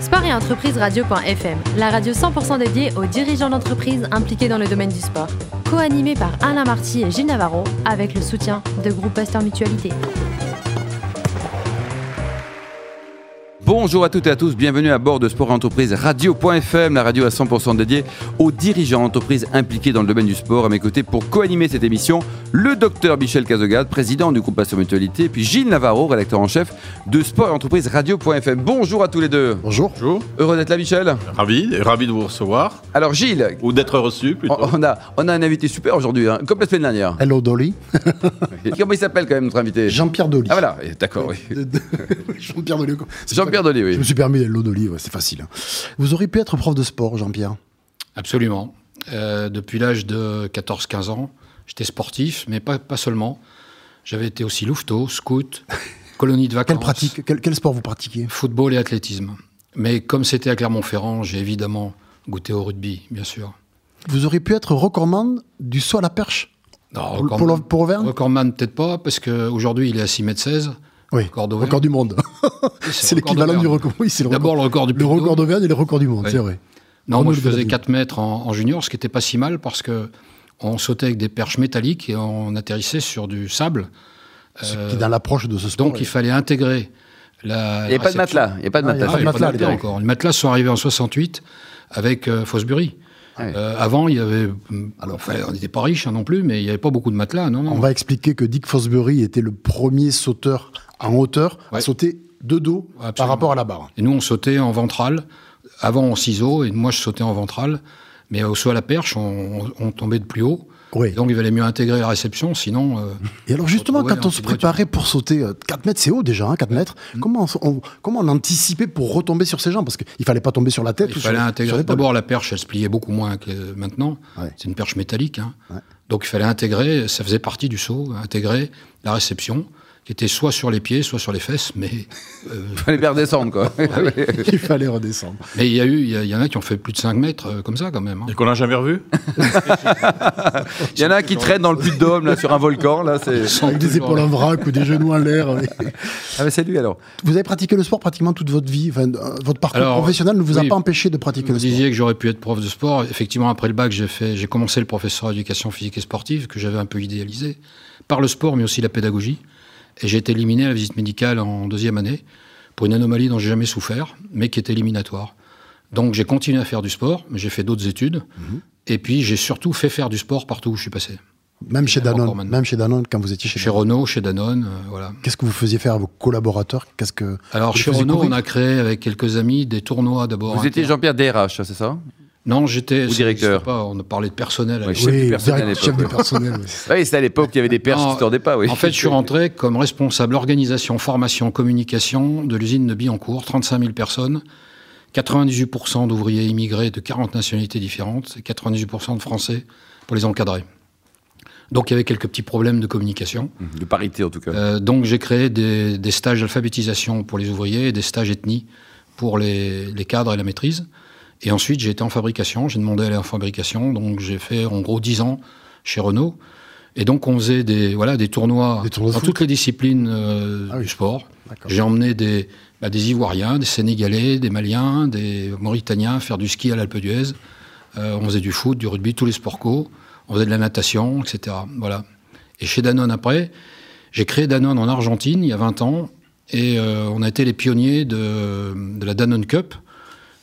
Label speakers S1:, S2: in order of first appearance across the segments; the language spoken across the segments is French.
S1: Sport et entreprise radio.fm, la radio 100% dédiée aux dirigeants d'entreprises impliqués dans le domaine du sport. Co-animée par Alain Marty et Gilles Navarro avec le soutien de Groupe Pasteur Mutualité.
S2: Bonjour à toutes et à tous, bienvenue à bord de Sport et Entreprise Radio.fm, la radio à 100% dédiée aux dirigeants d'entreprises impliqués dans le domaine du sport. À mes côtés, pour co-animer cette émission, le docteur Michel Cazogade, président du groupe Pasteur Mutualité, et puis Gilles Navarro, rédacteur en chef de Sport et Entreprise Radio.fm. Bonjour à tous les deux.
S3: Bonjour.
S4: Bonjour,
S2: Heureux d'être là, Michel.
S4: ravi, ravi de vous recevoir,
S2: Alors, Gilles,
S4: ou d'être reçu
S2: on,
S4: plutôt.
S2: on a, on a un invité super aujourd'hui, hein, comme la semaine dernière.
S3: Hello Dolly.
S2: Comment il s'appelle quand même notre invité
S3: Jean-Pierre Dolly.
S2: Ah voilà, eh, d'accord, oui.
S3: De- de- Jean-Pierre Dolly. quoi. C'est
S2: Jean-Pierre
S3: pour
S2: Dolly,
S3: ça que Je me
S2: oui.
S3: suis permis Hello Dolly, ouais, c'est facile. hein. Vous auriez pu être prof de sport, Jean-Pierre.
S5: Absolument. Euh, depuis l'âge de 14-15 ans, j'étais sportif, mais pas, pas seulement. J'avais été aussi louveteau, scout, colonie de vacances.
S3: Quelle pratique, quel, quel sport vous pratiquiez
S5: Football et athlétisme. Mais comme c'était à Clermont-Ferrand, j'ai évidemment goûté au rugby, bien sûr.
S3: Vous auriez pu être recordman du saut à la perche
S5: Non,
S3: pour, pour, le- pour Auvergne
S5: recordman, peut-être pas, parce qu'aujourd'hui, il est à 6 m 16.
S3: Oui,
S5: record d'Auvergne.
S3: record du monde. C'est l'équivalent du record. Oui, c'est le
S5: D'abord
S3: record.
S5: le record du
S3: Le
S5: Puy-de-Dôme.
S3: record d'Auvergne et le record du monde,
S5: Oui.
S3: c'est vrai.
S5: Non,
S3: Renaud
S5: moi je
S3: Le Gardien.
S5: faisais 4 mètres en, en junior, ce qui n'était pas si mal parce que on sautait avec des perches métalliques et on atterrissait sur du sable.
S3: Ce qui, dans l'approche de ce sport.
S5: Euh, Donc il fallait intégrer la.
S2: Il n'y a pas de matelas, il n'y a pas de
S3: Ah, il y
S2: matelas.
S3: a pas de
S5: les
S3: matelas,
S5: matelas,
S3: à l'époque.
S5: encore. Les matelas sont arrivés en 68 avec euh, Fosbury.
S2: Ah oui.
S5: Euh, avant, il y avait. mm, Alors, fallait- on n'était pas riche non plus, mais il n'y avait pas beaucoup de matelas. Non, non.
S3: On va expliquer que Dick Fosbury était le premier sauteur en hauteur à
S5: Ouais.
S3: sauter de dos par
S5: Absolument.
S3: rapport à la barre.
S5: Et nous, on sautait en ventral. Avant, en ciseaux, et moi, je sautais en ventral. Mais au saut à la perche, on, on tombait de plus haut.
S3: Oui.
S5: Donc, il valait mieux intégrer la réception, sinon. euh,
S3: Et alors justement,
S5: retrouver
S3: quand on se
S5: l'antidote.
S3: préparait pour sauter, euh, 4 mètres c'est haut déjà, hein, 4 mètres,
S5: Mm.
S3: comment, on, on- comment on anticipait pour retomber sur ses jambes Parce qu'il fallait pas tomber sur la tête.
S5: Il
S3: ou
S5: fallait
S3: sur, sur
S5: intégrer.
S3: l'épaule.
S5: D'abord, la perche, elle se pliait beaucoup moins que euh, maintenant.
S3: Ouais.
S5: C'est une perche métallique. hein.
S3: Ouais.
S5: Donc, il fallait intégrer, ça faisait partie du saut, intégrer la réception, qui était soit sur les pieds, soit sur les fesses. Mais euh,
S2: Il fallait bien redescendre, quoi.
S3: Il fallait redescendre.
S5: mais il y, a eu- il y, a- il y en a qui ont fait plus de 5 mètres euh, comme ça, quand même. hein.
S4: Et qu'on n'a jamais revu
S2: Il y en a un qui traîne dans le puits de Dôme, là, sur un volcan, là, c'est...
S3: Avec des
S5: toujours
S3: épaules en vrac ou des genoux en l'air.
S2: Ah, mais c'est lui, alors.
S3: Vous avez pratiqué le sport pratiquement toute votre vie. Enfin, euh, votre parcours
S5: Alors,
S3: professionnel ne vous a
S5: oui.
S3: pas empêché de pratiquer
S5: Vous
S3: le sport.
S5: disiez que j'aurais pu être prof de sport. Effectivement, après le bac, j'ai fait, j'ai commencé le professeur d'éducation physique et sportive que j'avais un peu idéalisé par le sport, mais aussi la pédagogie. Et j'ai été éliminé à la visite médicale en deuxième année pour une anomalie dont j'ai jamais souffert, mais qui était éliminatoire. Donc j'ai continué à faire du sport, mais j'ai fait d'autres études. Et puis j'ai surtout fait faire du sport partout où je suis passé.
S3: Même chez
S5: Encore
S3: Danone,
S5: maintenant.
S3: même chez Danone quand vous étiez chez,
S5: Chez
S3: Danone.
S5: Renault, chez Danone, euh, voilà.
S3: Qu'est-ce que vous faisiez faire à vos collaborateurs Qu'est-ce que
S5: Alors
S3: Vous
S5: chez
S3: faisiez
S5: Renault,
S3: courir
S5: on a créé avec quelques amis des tournois d'abord.
S2: Vous étiez
S5: inter-
S2: Jean-Pierre DRH, c'est ça
S5: Non, j'étais
S2: Ou directeur.
S5: je sais Pas, on parlait de personnel. à
S2: Oui,
S5: l'époque.
S2: chef du
S3: Oui,
S2: personnel
S3: direct-
S2: à
S3: chef du
S2: l'époque,
S3: personnel. oui.
S2: Oui, c'était à l'époque, il y avait des perches
S5: Non,
S2: qui ne tordaient pas, oui.
S5: En fait, je suis rentré comme responsable organisation, formation, communication de l'usine de Billancourt, 35 000 personnes, 98% d'ouvriers immigrés de 40 nationalités différentes et 98% de Français pour les encadrer. Donc il y avait quelques petits problèmes de communication.
S2: De parité, en tout cas.
S5: Euh, donc j'ai créé des, des stages d'alphabétisation pour les ouvriers et des stages ethnie pour les, les cadres et la maîtrise. Et ensuite j'ai été en fabrication, j'ai demandé à aller en fabrication, donc j'ai fait en gros 10 ans chez Renault. Et donc on faisait des, voilà, des tournois,
S3: Des tournois de
S5: dans
S3: foot.
S5: toutes les disciplines euh,
S3: Ah oui.
S5: du sport.
S3: D'accord.
S5: J'ai emmené des, bah, des Ivoiriens, des Sénégalais, des Maliens, des Mauritaniens faire du ski à l'Alpe d'Huez. Euh, on faisait du foot, du rugby, tous les sports co. On faisait de la natation, etc. Voilà. Et chez Danone après, j'ai créé Danone en Argentine il y a 20 ans. Et euh, on a été les pionniers de, de la Danone Cup,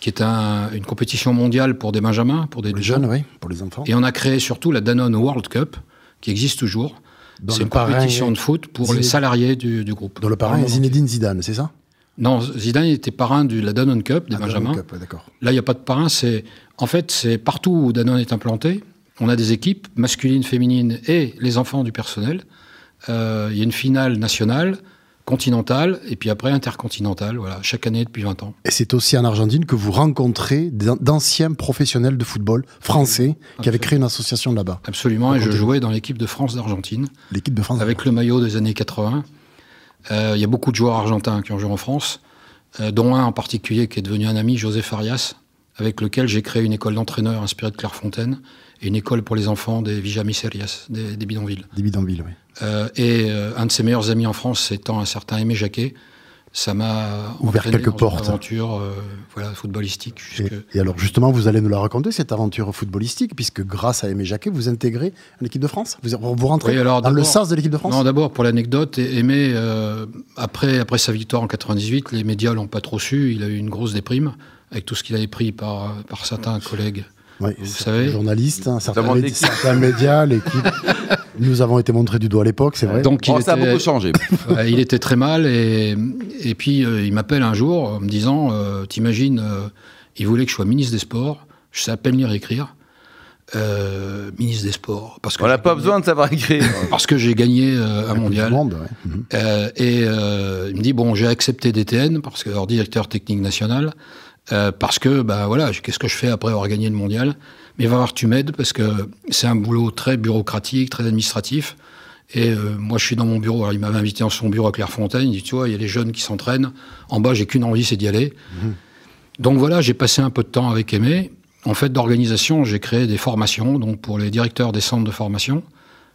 S5: qui est un- une compétition mondiale pour des Benjamins, pour des
S3: Pour les jeunes, oui, pour les enfants.
S5: Et on a créé surtout la Danone World Cup, qui existe toujours.
S3: Dans
S5: C'est
S3: le
S5: une
S3: parrain-
S5: compétition de foot pour les
S3: Zinedine-
S5: salariés du, du groupe.
S3: Dans le parrain
S5: Vraiment.
S3: Zinedine Zidane, c'est ça
S5: Non, Zidane était parrain de la Danone Cup des
S3: Ah,
S5: Benjamins.
S3: Cup, ouais, D'accord.
S5: Là, il n'y a pas de parrain. C'est en fait, c'est partout où Danone est implanté. On a des équipes masculines, féminines et les enfants du personnel. Euh, Il y a une finale nationale, continentale et puis après intercontinentale. Voilà, chaque année depuis 20 ans.
S3: Et c'est aussi en Argentine que vous rencontrez d'an- d'anciens professionnels de football français qui avaient
S5: Absolument.
S3: créé une association là-bas,
S5: Absolument. Et je
S3: Racontez-nous.
S5: jouais dans l'équipe de France d'Argentine
S3: l'équipe de France.
S5: avec le maillot des années 80. Euh, Il y a beaucoup de joueurs argentins qui ont joué en France, euh, dont un en particulier qui est devenu un ami, José Farias, avec lequel j'ai créé une école d'entraîneurs inspirée de Clairefontaine et une école pour les enfants des Villamicerias, des, des bidonvilles.
S3: des bidonvilles, oui.
S5: Euh, et euh, un de ses meilleurs amis en France étant un certain Aimé Jacquet, ça m'a
S3: Ouvert
S5: entraîné
S3: quelques
S5: dans une
S3: portes.
S5: Aventure, euh, voilà, footballistique. jusque-
S3: Et, et alors justement, vous allez nous la raconter, cette aventure footballistique, puisque grâce à Aimé Jacquet, vous intégrez l'équipe de France. Vous, vous rentrez
S5: Oui, alors,
S3: dans le
S5: d'abord-
S3: sens de l'équipe de France.
S5: Non, d'abord, pour l'anecdote, Aimé, euh, après, après sa victoire en 98, les médias l'ont pas trop su. Il a eu une grosse déprime avec tout ce qu'il avait pris par, euh, par certains collègues.
S3: Oui,
S5: Vous
S3: c'est-
S5: savez-
S3: journaliste, hein, certains,
S2: Notamment
S3: médi-
S2: l'équipe.
S3: certains médias, l'équipe. Nous avons été montrés du doigt à l'époque, c'est vrai.
S5: Donc, il,
S2: Oh, Ça a
S5: était,
S2: beaucoup changé.
S5: ouais, il était très mal. Et, et puis, euh, il m'appelle un jour en me disant euh, T'imagines, euh, il voulait que je sois ministre des Sports. Je sais à peine lire et écrire. Euh, ministre des Sports. Parce que
S2: On n'a
S5: j'ai
S2: pas
S5: gagné-
S2: besoin de savoir écrire.
S5: Parce que j'ai gagné
S3: La
S5: euh, un
S3: Coupe du
S5: mondial.
S3: Monde, ouais. Mhm.
S5: Euh, et euh, il me dit bon, j'ai accepté DTN parce que alors, directeur technique national euh, parce que bah voilà, je- qu'est-ce que je fais après avoir gagné le mondial Mais va voir, tu m'aides parce que c'est un boulot très bureaucratique, très administratif. Et euh, moi, je suis dans mon bureau. Alors, il m'avait invité en son bureau à Clairefontaine. Il dit, tu vois, il y a les jeunes qui s'entraînent. En bas, j'ai qu'une envie, c'est d'y aller. Donc voilà, j'ai passé un peu de temps avec Aimé. En fait, d'organisation, j'ai créé des formations, donc pour les directeurs des centres de formation,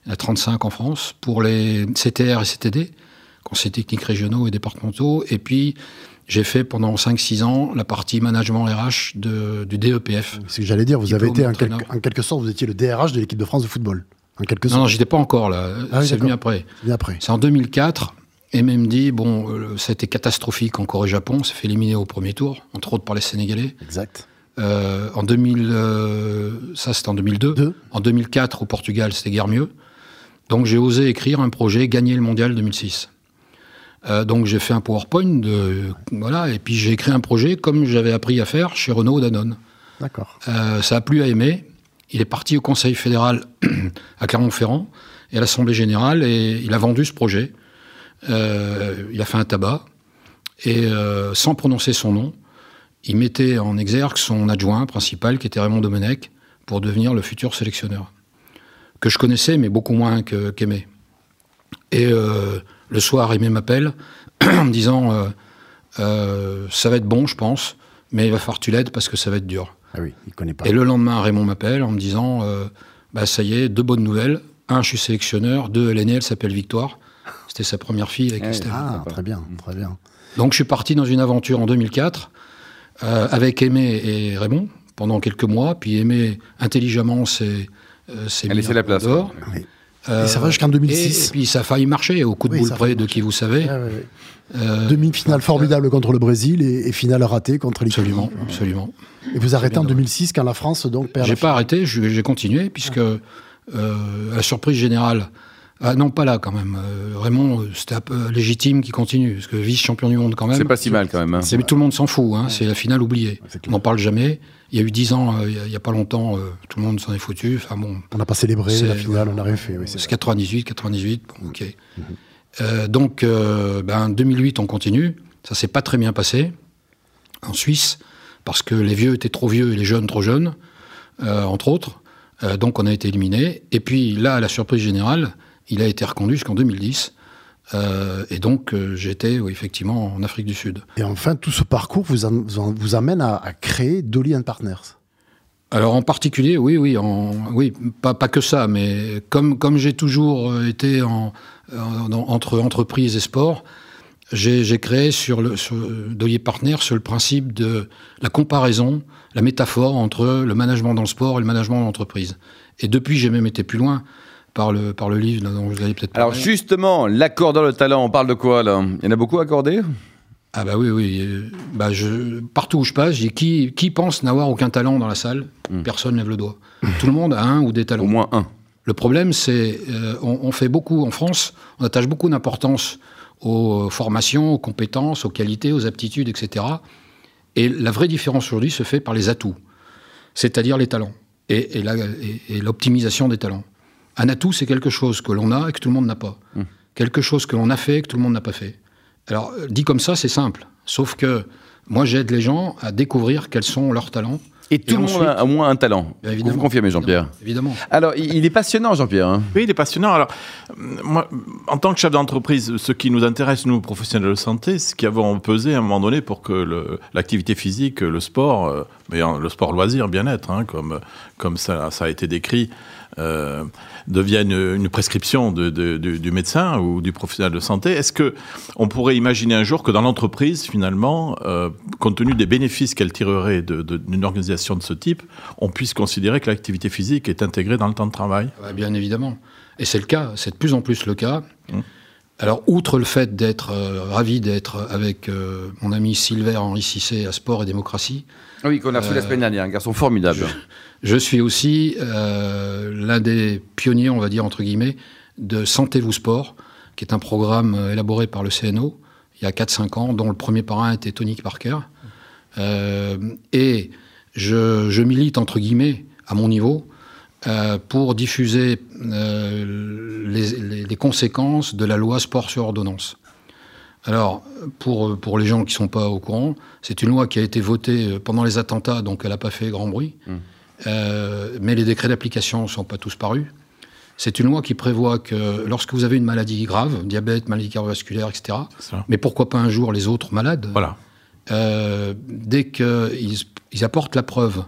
S5: il y en a 35 en France, pour les CTR et CTD, conseils techniques régionaux et départementaux, et puis j'ai fait pendant 5-6 ans la partie management RH de- du E DEPF.
S3: C'est ce que j'allais dire. Vous avez
S5: Diplôme
S3: été, en quelque,
S5: d'entraîneur.
S3: en quelque sorte, vous étiez le DRH de l'équipe de France de football. En quelque
S5: Non, non,
S3: sorte.
S5: j'étais pas encore là,
S3: Ah oui,
S5: c'est venu
S3: d'accord.
S5: après.
S3: bien après.
S5: C'est en 2004. Et même dit, bon, euh, ça a été catastrophique en Corée-Japon, on s'est fait éliminer au premier tour, entre autres par les Sénégalais.
S3: Exact.
S5: Euh, en 2000, euh, ça c'était en 2002.
S3: Deux.
S5: En 2004, au Portugal, c'était guère mieux. Donc j'ai osé écrire un projet, gagner le mondial 2006. Euh, donc j'ai fait un PowerPoint, de, voilà, et puis j'ai écrit un projet comme j'avais appris à faire chez Renault Danone.
S3: D'accord.
S5: Euh, ça a plu à Aimé. Il est parti au Conseil fédéral à Clermont-Ferrand et à l'Assemblée générale et il a vendu ce projet. Euh, il a fait un tabac et euh, sans prononcer son nom, il mettait en exergue son adjoint principal qui était Raymond Domenech pour devenir le futur sélectionneur que je connaissais mais beaucoup moins que- qu'Aimé. et euh, le soir, Aimé m'appelle en me disant euh, Euh, ça va être bon, je pense, mais il va falloir que tu l'aides parce que ça va être dur.
S3: Ah oui, il connaît pas.
S5: Et le lendemain, Raymond m'appelle en me disant euh, bah, Ça y est, deux bonnes nouvelles. Un, je suis sélectionneur. Deux, elle est née, elle s'appelle Victoire. C'était sa première fille avec
S2: Ah oui.
S5: Estelle.
S3: Ah, très bien,
S5: Mmh.
S3: très bien.
S5: Donc je suis parti dans une aventure en 2004 euh, avec Aimé et Raymond pendant quelques mois. Puis Aimé, intelligemment, s'est euh, s'est
S2: Elle
S5: mis
S2: laissait
S5: un
S2: la
S5: peu
S2: place.
S5: dehors. Euh,
S3: Et ça va jusqu'en 2006.
S5: Et, et puis ça a failli marcher au coup de
S3: Oui,
S5: boule
S3: ça a
S5: près
S3: failli
S5: de qui vous savez.
S3: Ah, ouais, ouais.
S5: Euh,
S3: Demi-finale formidable contre le Brésil et, et finale ratée contre l'Italie.
S5: absolument, absolument.
S3: Et vous arrêtez en
S5: Bien, ouais.
S3: 2006 quand la France donc perd.
S5: J'ai
S3: la
S5: pas arrêté, je- j'ai continué, puisque euh, à la surprise générale, ah non pas là quand même, euh, Raymond, euh, c'était un peu légitime qui continue, parce que vice-champion du monde quand même.
S2: C'est pas si mal quand même. hein.
S5: Mais tout le monde s'en fout, hein, c'est la finale oubliée.
S3: Ouais, c'est
S5: On
S3: clair.
S5: n'en parle jamais. Il y a eu dix ans, euh, il y a- il y a, pas longtemps, euh, tout le monde s'en est foutu. Enfin bon,
S3: On n'a pas célébré
S5: C'est-
S3: la finale, on n'a rien fait. oui, c'est
S5: c'est
S3: vrai. Mhm.
S5: 98, 98, bon, ok. Euh, donc, euh, ben, 2008, on continue. Ça s'est pas très bien passé en Suisse, parce que les vieux étaient trop vieux et les jeunes trop jeunes, euh, entre autres. Euh, donc, on a été éliminés. Et puis, là, à la surprise générale, il a été reconduit jusqu'en 2010. Euh, et donc, euh, j'étais oui, effectivement en Afrique du Sud.
S3: Et enfin, tout ce parcours vous, am- vous, am- vous amène à, à créer Dolly and Partners.
S5: Alors en particulier, oui, oui, en, oui, pas, pas que ça, mais comme, comme j'ai toujours euh, été en, en- en- entre entreprise et sport, j'ai j'ai créé sur le sur Dolier Partner sur le principe de la comparaison, la métaphore entre le management dans le sport et le management dans l'entreprise. Et depuis, j'ai même été plus loin par le, par le livre dont vous allez peut-être
S2: Alors
S5: parler.
S2: justement, l'accord dans le talent, on parle de quoi là Il y en a beaucoup accordé
S5: Ah bah oui, oui. euh, Bah je, partout où je passe, j'ai qui, qui pense n'avoir aucun talent dans la salle Personne lève le doigt. Tout le monde a un ou des talents.
S2: Au moins un.
S5: Le problème, c'est euh, on, on fait beaucoup en France, on attache beaucoup d'importance aux formations, aux compétences, aux qualités, aux aptitudes, etc. Et la vraie différence aujourd'hui se fait par les atouts, c'est-à-dire les talents et, et la- et- et l'optimisation des talents. Un atout, c'est quelque chose que l'on a et que tout le monde n'a pas. Quelque chose que l'on a fait et que tout le monde n'a pas fait. Alors, euh, dit comme ça, c'est simple. Sauf que moi, j'aide les gens à découvrir quels sont leurs talents
S2: Et tout le monde
S5: ensuite-
S2: a au moins un talent.
S5: Bien
S2: Vous
S5: évidemment.
S2: confirmez, Jean-Pierre
S5: Évidemment.
S2: Alors, il il est passionnant, Jean-Pierre. hein.
S4: Oui, il est passionnant. Alors, euh, moi, en tant que chef d'entreprise, ce qui nous intéresse, nous, professionnels de santé, c'est qui avons pesé à un moment donné pour que le- l'activité physique, le sport, euh, mais euh, le sport loisir, bien-être, hein, comme, comme ça, ça a été décrit, euh, devienne une prescription de- de- du, du médecin ou du professionnel de santé. Est-ce que on pourrait imaginer un jour que dans l'entreprise, finalement, euh, compte tenu des bénéfices qu'elle tirerait de- de- d'une organisation de ce type, on puisse considérer que l'activité physique est intégrée dans le temps de travail
S5: Ouais, Bien évidemment. Et c'est le cas, c'est de plus en plus le cas.
S4: Mm.
S5: Alors, outre le fait d'être euh, ravi d'être avec euh, mon ami Silver Henri Cissé à Sport et Démocratie,
S2: Ah Oui, qu'on a reçu la semaine dernière, un garçon formidable.
S5: je suis aussi euh, l'un des pionniers, on va dire entre guillemets, de Sentez-vous Sport, qui est un programme euh, élaboré par le CNO il y a 4-5 ans, dont le premier parrain était Tony Parker. Euh, et je, je milite, entre guillemets, à mon niveau, euh, pour diffuser euh, les, les- les conséquences de la loi sport sur ordonnance. Alors, pour, pour les gens qui ne sont pas au courant, c'est une loi qui a été votée euh, pendant les attentats, donc elle n'a pas fait grand bruit. Euh, mais les décrets d'application ne sont pas tous parus. C'est une loi qui prévoit que lorsque vous avez une maladie grave, diabète, maladie cardiovasculaire, etc.,
S4: C'est ça.
S5: mais pourquoi pas un jour les autres malades,
S4: Voilà.
S5: euh, dès qu'ils ils apportent la preuve,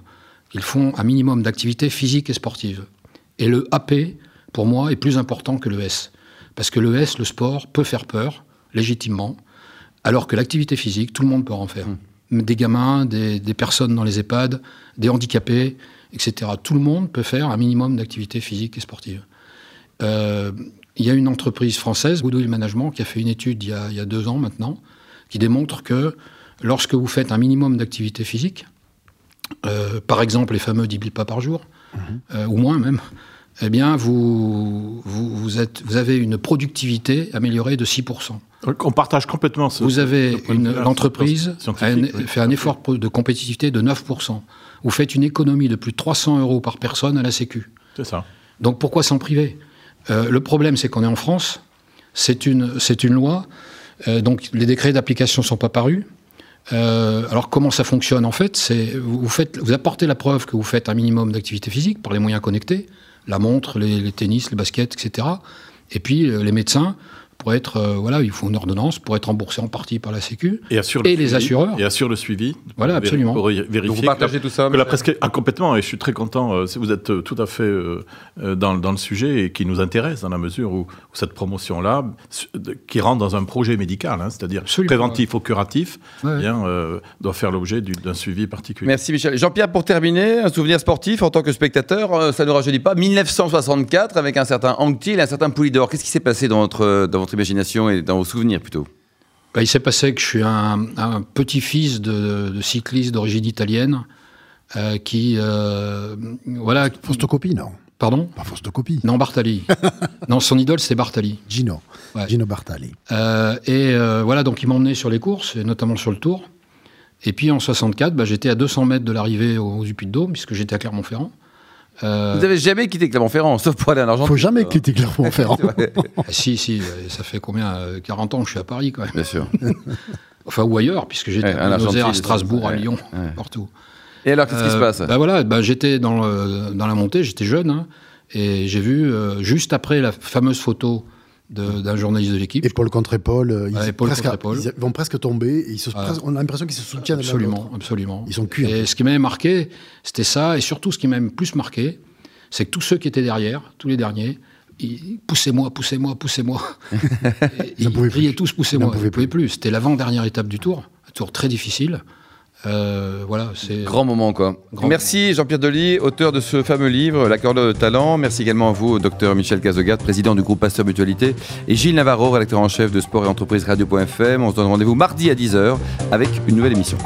S5: ils font un minimum d'activités physiques et sportives. Et le AP, pour moi, est plus important que le S. Parce que le S, le sport, peut faire peur, légitimement, alors que l'activité physique, tout le monde peut en faire. Des gamins, des, des personnes dans les EHPAD, des handicapés, etc. Tout le monde peut faire un minimum d'activités physiques et sportives. Euh, il y a une entreprise française, Goodwill Management, qui a fait une étude il y a, il y a deux ans maintenant, qui démontre que lorsque vous faites un minimum d'activité physique, euh, par exemple les fameux 10 000 pas par jour,
S4: Mhm.
S5: euh, ou moins même, eh bien, vous, vous, vous êtes, vous avez une productivité améliorée de 6%.
S4: Donc, On partage complètement ce.
S5: Vous avez
S4: ce point de
S5: une
S4: vue-là,
S5: l'entreprise
S4: c'est
S5: a un- e-,
S4: scientifique, oui.
S5: fait un effort de compétitivité de 9%. Vous faites une économie de plus de 300 euros par personne à la Sécu.
S4: C'est ça.
S5: Donc pourquoi s'en priver Euh, Le problème, c'est qu'on est en France. C'est une, c'est une loi. Euh, donc les décrets d'application sont pas parus. Euh, alors comment ça fonctionne en fait C'est vous vous faites, vous apportez la preuve que vous faites un minimum d'activité physique par les moyens connectés, la montre, les, les tennis, les baskets, etc. Et puis euh, les médecins pour être euh, voilà, il faut une ordonnance pour être remboursé en partie par la Sécu.
S4: Et, assure
S5: Et
S4: le
S5: les
S4: suivi,
S5: assureurs.
S4: Et assure le suivi. pour
S5: Voilà,
S4: vér-
S5: absolument.
S4: Pour y- vérifier.
S2: Donc vous
S4: que la-
S2: partagez tout ça
S4: que la
S2: monsieur
S4: prescri- ah, complètement, et je suis très content. euh, si vous êtes euh, tout à fait euh, euh, dans, dans le sujet et qui nous intéresse dans la mesure où, où cette promotion-là, su- de- qui rentre dans un projet médical, hein, c'est-à-dire
S5: Absolument.
S4: préventif ou curatif,
S5: Ouais.
S4: bien, euh, doit faire l'objet du- d'un suivi particulier.
S2: Merci Michel. Jean-Pierre, pour terminer, un souvenir sportif en tant que spectateur, euh, ça ne rajeunit pas. 1964 avec un certain Anctil et un certain Poulidor. Qu'est-ce qui s'est passé dans votre, euh, dans votre imagination et dans vos souvenirs plutôt
S5: Bah, il s'est passé que je suis un, un petit-fils de, de cycliste d'origine italienne euh, qui euh, voilà
S3: Fausse copie, non
S5: pardon
S3: Pas fausse copie.
S5: non Bartali non son idole c'était Bartali
S3: Gino.
S5: Ouais.
S3: Gino Bartali.
S5: Euh, et euh, voilà donc il m'emmenait sur les courses et notamment sur le Tour et puis en 64 bah, j'étais à 200 mètres de l'arrivée au, du Puy-de-Dôme puisque j'étais à Clermont-Ferrand Euh,
S2: Vous n'avez jamais quitté Clermont-Ferrand, sauf pour aller en Argentine.
S3: Faut jamais quitter Clermont-Ferrand.
S5: ah, si si euh, ça fait combien euh, 40 ans que je suis à Paris quand même
S2: Bien sûr.
S5: enfin ou ailleurs puisque j'étais
S2: Ouais, en
S5: à Buenos Aires, à
S2: Argentine,
S5: Strasbourg à
S2: ouais,
S5: Lyon
S2: ouais.
S5: partout
S2: Et alors, qu'est-ce qui se
S5: Euh,
S2: passe
S5: bah voilà, bah j'étais dans, le- dans la montée, j'étais jeune, hein, et j'ai vu, euh, juste après la fameuse photo de- d'un journaliste de l'équipe,
S3: Épaule contre épaule, euh, ils,
S5: Ouais, épaule
S3: presque-
S5: contre épaule.
S3: ils vont presque tomber. et ils se-
S5: Voilà.
S3: On a l'impression qu'ils se soutiennent. l'un
S5: absolument,
S3: l'autre.
S5: absolument.
S3: Ils sont cuits, en
S5: Et ce qui m'avait marqué, c'était ça, et surtout ce qui m'a même plus marqué, c'est que tous ceux qui étaient derrière, tous les derniers, ils poussez-moi, poussez-moi, poussez-moi. Et
S3: Ils n'en pouvaient
S5: criaient
S3: plus.
S5: tous poussez-moi,
S3: Ils n'en pouvaient
S5: pouvaient plus. C'était l'avant-dernière étape du tour, un tour très difficile. Euh, voilà, c'est
S2: Grand moment, quoi.
S5: Grand
S2: Merci Jean-Pierre Delis, auteur de ce fameux livre, L'accordeur de talent. Merci également à vous, docteur Michel Cazogade, président du groupe Pasteur Mutualité, et Gilles Navarro, rédacteur en chef de Sport et Entreprise Radio.fm. On se donne rendez-vous mardi à 10h avec une nouvelle émission.